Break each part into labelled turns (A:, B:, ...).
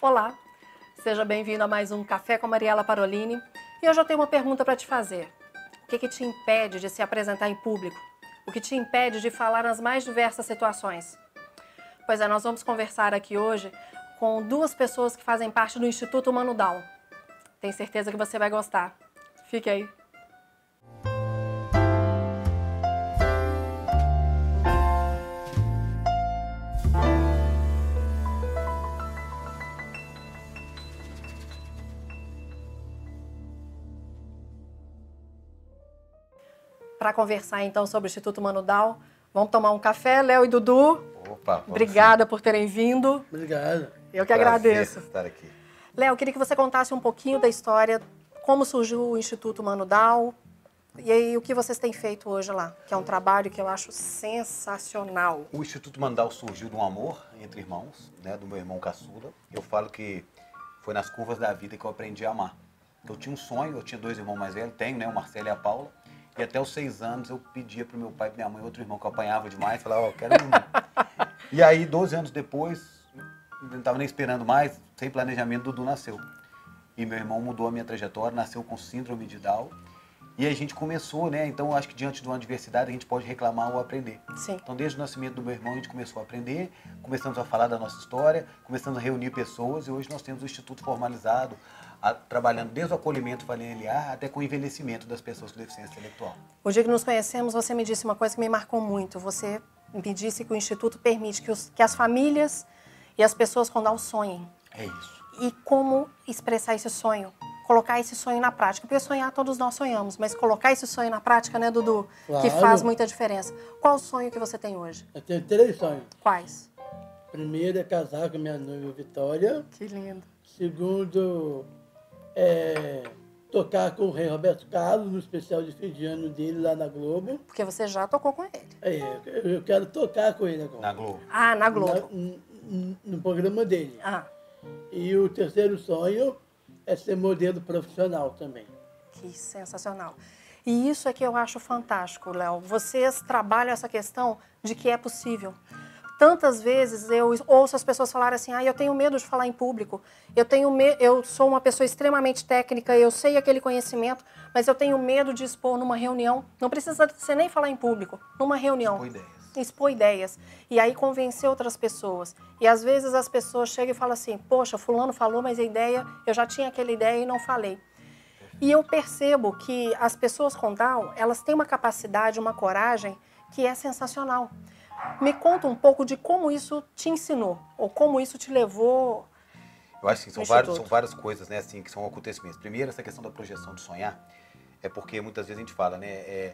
A: Olá, seja bem-vindo a mais um Café com Mariela Parolini. E hoje eu tenho uma pergunta para te fazer. O que, que te impede de se apresentar em público? O que te impede de falar nas mais diversas situações? Pois é, nós vamos conversar aqui hoje com duas pessoas que fazem parte do Instituto Mano Down. Tenho certeza que você vai gostar. Fique aí. Para conversar então sobre o Instituto Mano Down, vamos tomar um café, Léo e Dudu.
B: Opa, vamos
A: Obrigada por terem vindo. Eu
C: Obrigado.
B: sim.
A: que
B: Prazer
A: agradeço.
B: estar aqui.
A: Léo, queria que você contasse um pouquinho da história, como surgiu o Instituto Mano Down e aí o que vocês têm feito hoje lá, que é um trabalho que eu acho sensacional.
B: O Instituto Mandal surgiu de um amor entre irmãos, né, do meu irmão caçula. Eu falo que foi nas curvas da vida que eu aprendi a amar. Eu tinha um sonho, eu tinha dois irmãos mais velhos, tenho, né, o Marcelo e a Paula. E até os seis anos eu pedia pro meu pai, pra minha mãe, e outro irmão que eu apanhava demais, falava, ó, eu quero um. e aí, 12 anos depois, não tava nem esperando mais, sem planejamento, Dudu nasceu. E meu irmão mudou a minha trajetória, nasceu com síndrome de Down. E a gente começou, né? Então, eu acho que diante de uma adversidade a gente pode reclamar ou aprender.
A: Sim.
B: Então, desde o nascimento do meu irmão, a gente começou a aprender, começamos a falar da nossa história, começamos a reunir pessoas e hoje nós temos o Instituto formalizado, a- trabalhando desde o acolhimento familiar até com o envelhecimento das pessoas com deficiência intelectual.
A: O dia que nos conhecemos, você me disse uma coisa que me marcou muito. Você me disse que o Instituto permite que, os- que as famílias e as pessoas com Down sonhem.
B: É isso.
A: E como expressar esse sonho? Colocar esse sonho na prática. Porque sonhar todos nós sonhamos, mas colocar esse sonho na prática, né, Dudu? Que
C: Claro.
A: faz muita diferença. Qual o sonho que você tem hoje?
C: Eu tenho três sonhos.
A: Quais?
C: Primeiro é casar com minha noiva Vitória.
A: Que lindo.
C: Segundo é tocar com o rei Roberto Carlos no especial de fim de ano dele lá na Globo.
A: Porque você já tocou com ele.
C: É, eu- eu quero tocar com ele
B: Na
C: agora.
B: Globo.
A: Ah, na Globo.
C: Na- n- n- no programa dele.
A: Ah,
C: E o terceiro sonho é ser modelo profissional também.
A: que sensacional. E isso é que eu acho fantástico, Léo. Vocês trabalham essa questão de que é possível. Tantas vezes eu ouço as pessoas falarem assim: ah, eu tenho medo de falar em público, eu, tenho me... eu sou uma pessoa extremamente técnica, eu sei aquele conhecimento, mas eu tenho medo de expor numa reunião. Não precisa você nem falar em público, numa reunião.
B: Boa ideias.
A: expor ideias e aí convencer outras pessoas. E às vezes as pessoas chegam e falam assim: "Poxa, fulano falou, mas a ideia, eu já tinha aquela ideia e não falei". E eu percebo que as pessoas com Down, elas têm uma capacidade, uma coragem que é sensacional. Me conta um pouco de como isso te ensinou ou como isso te levou.
B: Eu acho que são,
A: Instituto.
B: vários, são várias coisas, né, assim, que são acontecimentos. Primeiro, essa questão da projeção de sonhar, é porque muitas vezes a gente fala, né, é,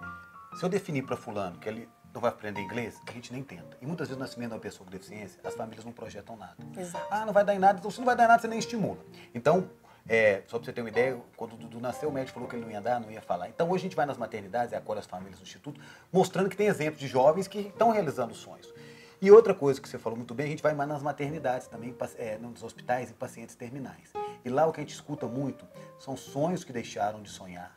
B: se eu definir para fulano que ele não vai aprender inglês, a gente nem tenta. E muitas vezes o nascimento de uma pessoa com deficiência, as famílias não projetam nada.
A: Exato.
B: Ah, não vai dar em nada, então se não vai dar em nada, você nem estimula. Então, é, só pra você ter uma ideia, quando o Dudu nasceu, o médico falou que ele não ia andar, não ia falar. Então hoje a gente vai nas maternidades e acolhe as famílias do Instituto, mostrando que tem exemplos de jovens que estão realizando sonhos. E outra coisa que você falou muito bem, a gente vai mais nas maternidades também, paci- é, nos hospitais e pacientes terminais. E lá o que a gente escuta muito são sonhos que deixaram de sonhar,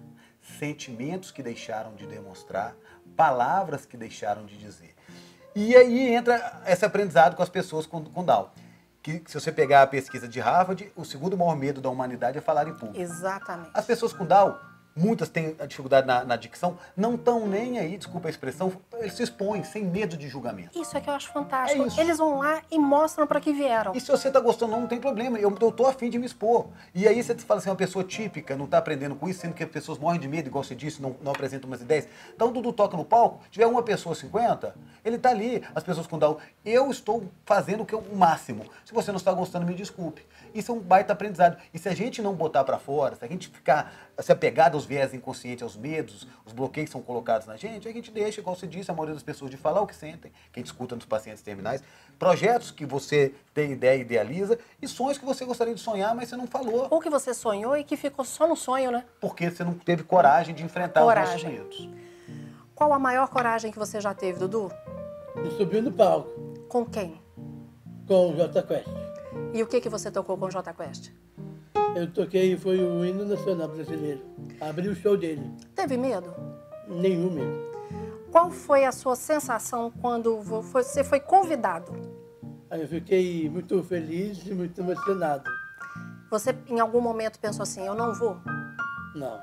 B: sentimentos que deixaram de demonstrar, palavras que deixaram de dizer. E aí entra esse aprendizado com as pessoas com, com Down que se você pegar a pesquisa de Harvard, o segundo maior medo da humanidade é falar em público.
A: Exatamente.
B: As pessoas com Down, muitas têm a dificuldade na, na dicção, não estão nem aí, desculpa a expressão, eles se expõem sem medo de julgamento.
A: Isso é que eu acho fantástico.
B: É isso.
A: Eles vão lá e mostram para que vieram.
B: E se você tá gostando, não, não tem problema. Eu, eu tô afim de me expor. E aí você fala assim, uma pessoa típica, não tá aprendendo com isso, sendo que as pessoas morrem de medo, igual você disse, não, não apresentam umas ideias. Então o Dudu toca no palco, tiver uma pessoa 50, ele tá ali. As pessoas com Down, eu estou fazendo o que eu- o máximo. Se você não está gostando, me desculpe. Isso é um baita aprendizado. E se a gente não botar pra fora, se a gente ficar se apegado aos viés inconscientes, aos medos, os bloqueios que são colocados na gente, a gente deixa, igual você disse, a maioria das pessoas de falar o que sentem, que a gente escuta nos pacientes terminais, projetos que você tem ideia e idealiza, e sonhos que você gostaria de sonhar, mas você não falou,
A: Ou que você sonhou e que ficou só no sonho, né?
B: porque você não teve coragem de enfrentar os
A: Coragem.
B: nossos medos.
A: Qual a maior coragem que você já teve, Dudu?
C: E subiu no palco
A: Com quem?
C: com o Jota Quest.
A: E o que, que você tocou com o Jota Quest?
C: Eu toquei, foi o hino nacional brasileiro. Abri o show dele.
A: Teve medo?
C: Nenhum mesmo.
A: Qual foi a sua sensação quando vo- você foi convidado?
C: Aí eu fiquei muito feliz e muito emocionado.
A: Você, em algum momento, pensou assim: eu não vou?
C: Não.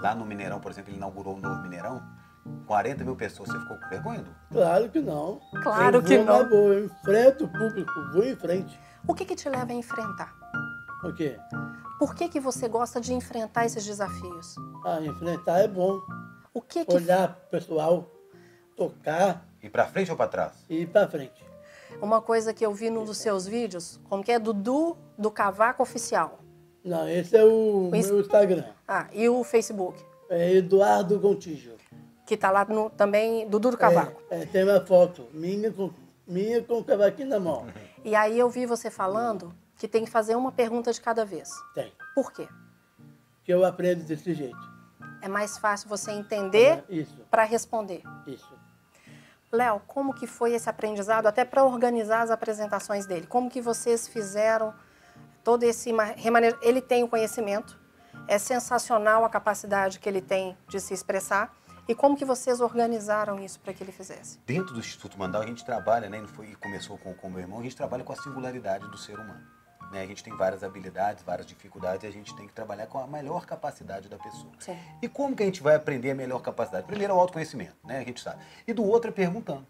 B: Lá no Mineirão, por exemplo, ele inaugurou um novo Mineirão. 40 mil pessoas, você ficou com vergonha? Du?
C: Claro que não.
A: Claro
C: eu
A: que
C: vou
A: não.
C: na boa, eu enfrento o público, vou em frente.
A: O que, que te leva a enfrentar?
C: O quê?
A: Por que, que você gosta de enfrentar esses desafios?
C: Ah, enfrentar é bom.
A: O que que.
C: Olhar pro pessoal, tocar
B: E pra frente ou pra trás?
C: e ir pra frente.
A: Uma coisa que eu vi num dos seus vídeos, como que é? Dudu do Cavaco Oficial.
C: Não, esse é o
A: Esse-
C: meu Instagram.
A: Ah, e o Facebook,
C: É Eduardo Gontijo.
A: que tá lá no- também, Dudu do Cavaco.
C: É, é, tem uma foto minha com, minha com o cavaquinho na mão.
A: E aí eu vi você falando que tem que fazer uma pergunta de cada vez.
C: Tem.
A: Por quê?
C: Que eu aprendo desse jeito.
A: É mais fácil você entender
C: Isso,
A: para responder.
C: isso.
A: Léo, como que foi esse aprendizado, até para organizar as apresentações dele? Como que vocês fizeram todo esse ma- remanejo? Ele tem o conhecimento, é sensacional a capacidade que ele tem de se expressar. E como que vocês organizaram isso para que ele fizesse?
B: Dentro do Instituto Mandal, a gente trabalha, né? e não foi- E começou com com o meu irmão, a gente trabalha com a singularidade do ser humano. Né? A gente tem várias habilidades, várias dificuldades, e a gente tem que trabalhar com a melhor capacidade da pessoa.
A: Sim.
B: E como que a gente vai aprender a melhor capacidade? Primeiro é o autoconhecimento, né? A gente sabe. E do outro é perguntando.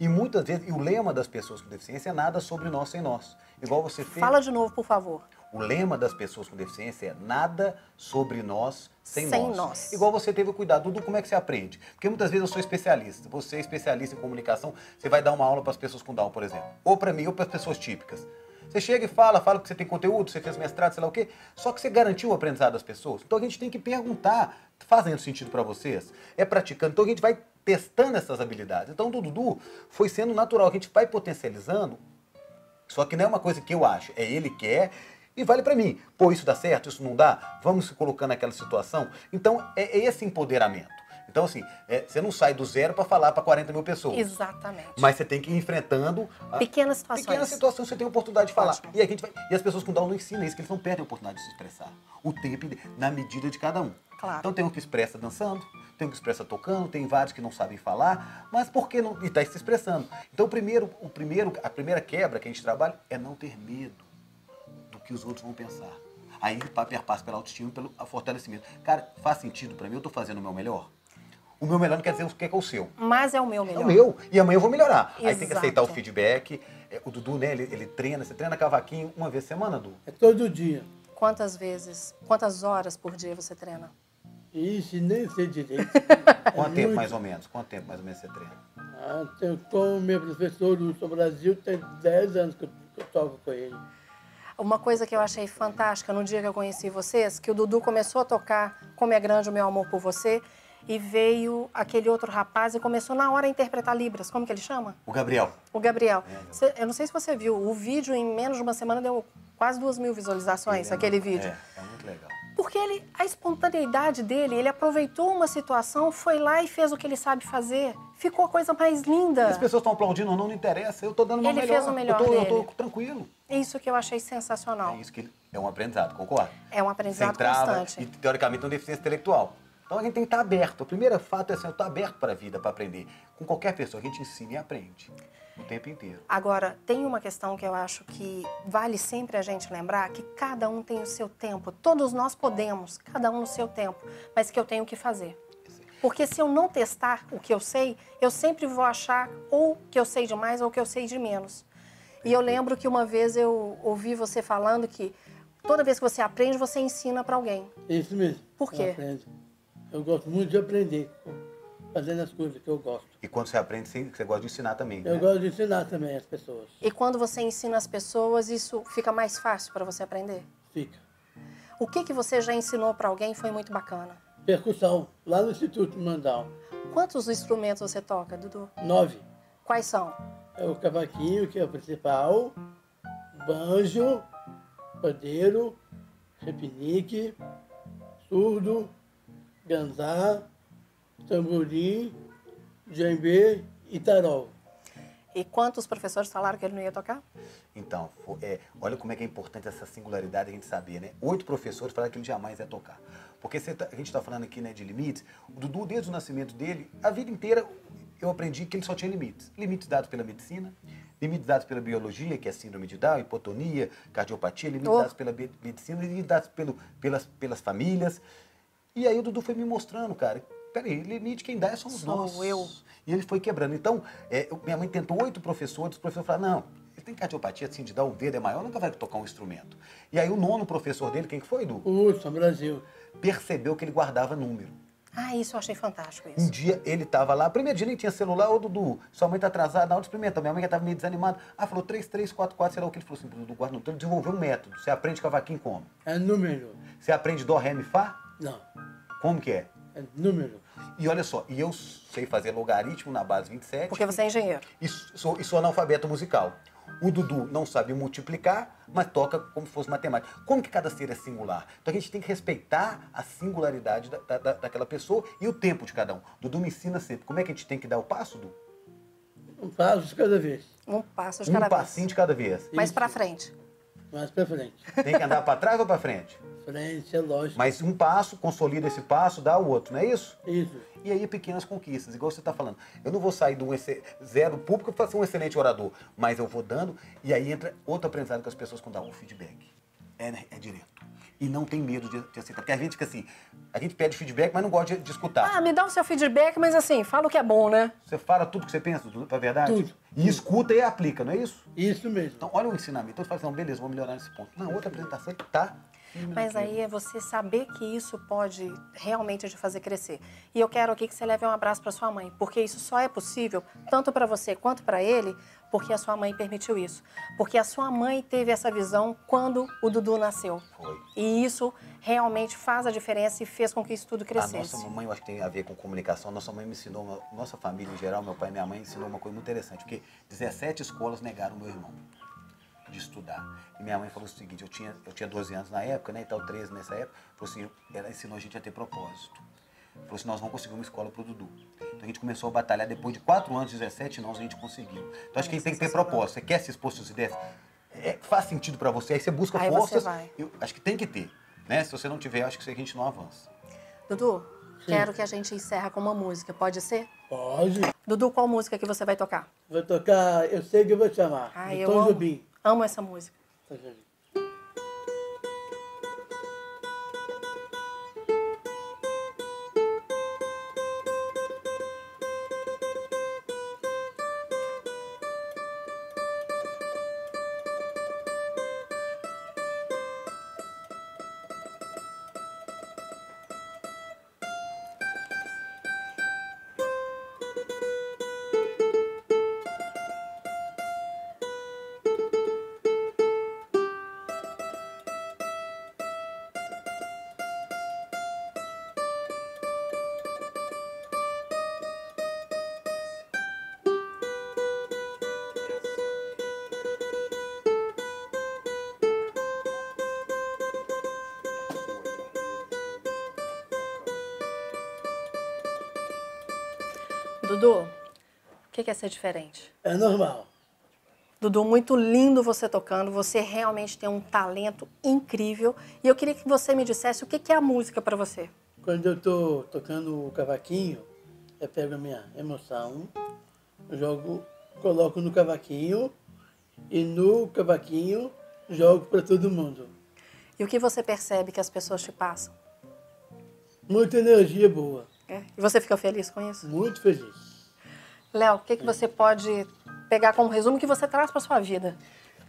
B: E muitas vezes, e o lema das pessoas com deficiência é nada sobre nós sem nós. Igual você fez.
A: Fala de novo, por favor.
B: O lema das pessoas com deficiência é nada sobre nós sem,
A: Sem
B: nós.
A: nós.
B: Igual você teve o cuidado. Dudu, como é que você aprende? Porque muitas vezes eu sou especialista. Você é especialista em comunicação, você vai dar uma aula para as pessoas com Down, por exemplo. Ou para mim, ou para as pessoas típicas. Você chega e fala, fala que você tem conteúdo, você fez mestrado, sei lá o quê. Só que você garantiu o aprendizado das pessoas. Então a gente tem que perguntar, tá fazendo sentido para vocês? É praticando. Então a gente vai testando essas habilidades. Então do Dudu foi sendo natural. A gente vai potencializando só que não é uma coisa que eu acho, é ele que é e vale pra mim. Pô, isso dá certo, isso não dá, vamos se colocar naquela situação. Então é, é esse empoderamento. Então, assim, é, você não sai do zero pra falar pra 40 mil pessoas.
A: Exatamente.
B: Mas você tem que ir enfrentando a
A: Pequenas situações.
B: pequena situação, você tem a oportunidade de falar.
A: Ótimo.
B: E, a gente vai, e as pessoas com Down não ensinam isso, que eles não perdem a oportunidade de se expressar. O tempo, ide- na medida de cada um.
A: Claro.
B: Então tem um que expressa dançando, tem um que expressa tocando, tem vários que não sabem falar, mas por que não? E está se expressando. Então o primeiro, o primeiro, a primeira quebra que a gente trabalha é não ter medo do que os outros vão pensar. Aí pa- perpassa pela autoestima, e pelo fortalecimento. Cara, faz sentido pra mim? Eu tô fazendo o meu melhor? O meu melhor não quer dizer o que é que é o seu.
A: Mas é o meu melhor.
B: É o meu. E amanhã eu vou melhorar. Aí tem que
A: Exato.
B: aceitar o feedback. É, O Dudu, né, ele, ele treina. Você treina cavaquinho uma vez por semana, Dudu?
C: É todo dia.
A: Quantas vezes, quantas horas por dia você treina?
C: Isso, nem sei direito.
B: Quanto
C: é
B: tempo
C: muito-
B: mais ou menos? Quanto tempo mais ou menos você treina?
C: Ah, tem- com o meu professor do Brasil, tem 10 anos que eu, que eu toco com ele.
A: Uma coisa que eu achei fantástica no dia que eu conheci vocês, que o Dudu começou a tocar Como é Grande o Meu Amor por Você, e veio aquele outro rapaz e começou na hora a interpretar Libras. Como que ele chama?
B: O Gabriel.
A: O Gabriel.
B: É,
A: Cê- eu não sei se você viu, o vídeo em menos de uma semana deu quase duas mil visualizações,
B: Ele é
A: aquele
B: muito-
A: vídeo.
B: É, é muito legal.
A: Porque ele, a espontaneidade dele, ele aproveitou uma situação, foi lá e fez o que ele sabe fazer. Ficou a coisa mais linda.
B: As pessoas estão aplaudindo ou não, não interessa. Eu tô dando o meu
A: Ele
B: melhor.
A: fez o melhor
B: eu, tô, eu
A: dele.
B: tô tranquilo.
A: Isso que eu achei sensacional.
B: É isso que ele- é um aprendizado, concorda?
A: É um
B: Sem
A: aprendizado
B: trava
A: constante.
B: e, teoricamente, tem deficiência intelectual. Então a gente tem que estar aberto. O primeiro fato é assim, eu estou aberto para a vida, para aprender. Com qualquer pessoa, a gente ensina e aprende o tempo inteiro.
A: Agora, tem uma questão que eu acho que vale sempre a gente lembrar, que cada um tem o seu tempo. Todos nós podemos, cada um no seu tempo, mas que eu tenho que fazer. Porque se eu não testar o que eu sei, eu sempre vou achar ou que eu sei demais ou que eu sei de menos. E eu lembro que uma vez eu ouvi você falando que toda vez que você aprende, você ensina para alguém.
C: É Isso mesmo.
A: Por quê?
C: Eu, aprendo. eu gosto muito de aprender, fazendo as coisas que eu gosto.
B: E quando você aprende, você, você gosta de ensinar também.
C: Eu
A: É.
B: né?
C: gosto de ensinar também as pessoas.
A: E quando você ensina as pessoas, isso fica mais fácil para você aprender.
C: Fica.
A: O que que você já ensinou para alguém foi muito bacana.
C: Percussão, lá no Instituto Mandal.
A: Quantos instrumentos você toca, Dudu?
C: Nove.
A: Quais são?
C: É o cavaquinho, que é o principal, banjo, pandeiro, repinique, surdo, ganzá, tamborim, djembe e tarol.
A: E quantos professores falaram que ele não ia tocar?
B: Então, fo- é, olha como é que é importante essa singularidade a gente saber, né? Oito professores falaram que ele jamais ia tocar. tá Porque você tá- a gente está falando aqui né, de limites. O Dudu, desde o nascimento dele, a vida inteira eu aprendi que ele só tinha limites. Limites dados pela medicina, limites dados pela biologia, que é síndrome de Down, hipotonia, cardiopatia, limites
A: Oh.
B: dados pela be- medicina, limites dados pelo, pelas, pelas famílias. E aí o Dudu foi me mostrando, cara, peraí, limite quem dá é somos
A: Sou
B: nós.
A: eu.
B: E ele foi quebrando. Então, é, eu- minha mãe tentou oito professores, os professores falaram, não, ele tem cardiopatia, assim, de dar um dedo é maior, nunca vai tocar um instrumento. E aí o nono professor dele, quem que foi, Edu?
C: O Hudson, Brasil.
B: Percebeu que ele guardava número.
A: Ah, isso eu achei fantástico
B: Um
A: isso.
B: dia ele estava lá, primeiro dia nem tinha celular, ô Dudu, sua mãe tá atrasada, na hora experimentar. Minha mãe já tava meio desanimada. Ah, falou 3344, sei lá o que ele falou assim, pro Dudu, guarda no tempo, desenvolveu um método. Você aprende cavaquinho como?
C: É número.
B: Você aprende dó, ré, mi, fá?
C: Não,
B: Como que é?
C: é número.
B: E olha só, e eu sei fazer logaritmo na base 27
A: Porque você é engenheiro.
B: e sou, e sou analfabeto musical. O Dudu não sabe multiplicar, mas toca como se fosse matemática. Como que cada ser é singular? Então a gente tem que respeitar a singularidade da, da- da- daquela pessoa e o tempo de cada um. Dudu me ensina sempre. Como é que a gente tem que dar o passo, Dudu?
C: Um passo de cada vez.
A: Um passo de
B: Um
A: cada
B: passinho
A: vez.
B: de cada vez.
A: Mais
C: Isso.
A: pra frente.
C: Mais pra frente.
B: Tem que andar pra trás ou pra frente?
C: Frente, é lógico.
B: Mas um passo, consolida esse passo, dá o outro, não é isso?
C: Isso.
B: E aí pequenas conquistas, igual você está falando. Eu não vou sair do zero público para ser um excelente orador, mas eu vou dando. E aí entra outro aprendizado que as pessoas quando dá um feedback. É, né? É direto. E não tem medo de, de aceitar. Porque a gente fica assim, a gente pede feedback, mas não gosta de, de escutar.
A: Ah, me dá o seu feedback, mas assim, fala o que é bom, né?
B: Você fala tudo que você pensa, tudo, é verdade?
C: Tudo.
B: E escuta e aplica, não é isso?
C: Isso mesmo.
B: Então, olha o ensinamento. Então, você fala assim, não, beleza, vou melhorar nesse ponto. Na outra apresentação, tá.
A: Mas aí é você saber que isso pode realmente te fazer crescer. E eu quero aqui que você leve um abraço para sua mãe, porque isso só é possível tanto para você quanto para ele, porque a sua mãe permitiu isso. Porque a sua mãe teve essa visão quando o Dudu nasceu.
B: Foi.
A: E isso realmente faz a diferença e fez com que isso tudo
B: A
A: crescesse.
B: nossa mamãe, eu acho que tem a ver com comunicação. Nossa mãe me ensinou, uma- nossa família em geral, meu pai e minha mãe, ensinou uma coisa muito interessante, porque 17 escolas negaram meu irmão de estudar. E minha mãe falou o seguinte: eu tinha, eu tinha 12 anos na época, né, e tal, 13 nessa época. Falou assim: ela ensinou a gente a ter propósito. Falou assim: nós vamos conseguir uma escola pro Dudu. Então a gente começou a batalhar depois de 4 anos, 17 nós a gente conseguiu. Então acho que a gente tem que ter propósito. Você quer se expor suas ideias? É, faz sentido para você, aí você busca
A: Aí você
B: forças.
A: vai.
B: Eu acho que tem que ter. Né? Se você não tiver, eu acho que a gente não avança.
A: Dudu, quero que a gente encerra com uma música, pode ser?
C: Pode.
A: Dudu, qual música que você vai tocar?
C: Vou tocar, eu sei que eu vou te amar.
A: Ah,
C: de
A: eu
C: Tom
A: amo,
C: Jobim.
A: amo essa música.
C: Tom Jobim.
A: Dudu, o que que é ser diferente?
C: É normal.
A: Dudu, muito lindo você tocando. Você realmente tem um talento incrível. E eu queria que você me dissesse o que que é a música para você.
C: Quando eu tô tocando o cavaquinho, eu pego a minha emoção, jogo, coloco no cavaquinho e no cavaquinho jogo para todo mundo.
A: E o que você percebe que as pessoas te passam.
C: Muita energia boa,
A: É? E você fica feliz com isso?
C: muito feliz.
A: Léo, o que, que você pode pegar como resumo que você traz para sua vida?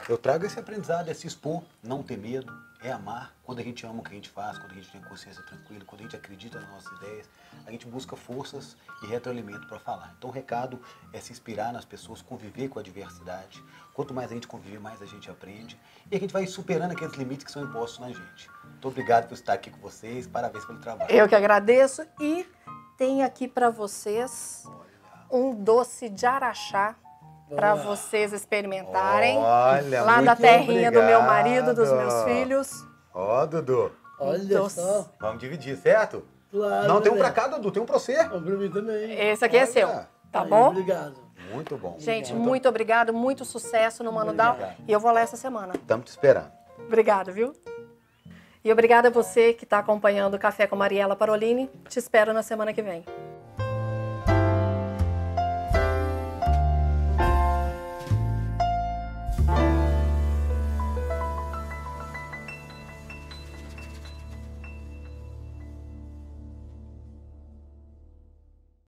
B: Eu trago esse aprendizado, é se expor, não ter medo, é amar. Quando a gente ama o que a gente faz, quando a gente tem consciência tranquila, quando a gente acredita nas nossas ideias, a gente busca forças e retroalimento para falar. Então o recado é se inspirar nas pessoas, conviver com a diversidade. Quanto mais a gente convive, mais a gente aprende. E a gente vai superando aqueles limites que são impostos na gente. Muito obrigado por estar aqui com vocês, parabéns pelo trabalho.
A: Eu que agradeço e tem aqui para vocês um doce de araxá para
C: Olha.
A: vocês experimentarem.
B: Olha,
A: lá da
B: muito
A: terrinha do meu
B: obrigado.
A: marido, dos meus filhos.
B: Ó, Dudu,
C: Olha
A: Doce.
C: só,
B: vamos dividir, certo?
C: claro.
B: não, tem um
C: né?
B: pra cá, Dudu, tem um pra você.
C: Um pra mim também.
A: Esse aqui é
B: Olha.
A: seu, tá
C: Aí,
A: bom?
C: Obrigado.
B: Muito bom.
A: Gente, muito obrigado, muito sucesso no Mano Down.
B: Obrigado.
A: E eu vou lá essa semana.
B: Estamos te esperando.
A: Obrigada, viu? tá E obrigada a você que está acompanhando o Café com Mariela Parolini. Te espero na semana que vem.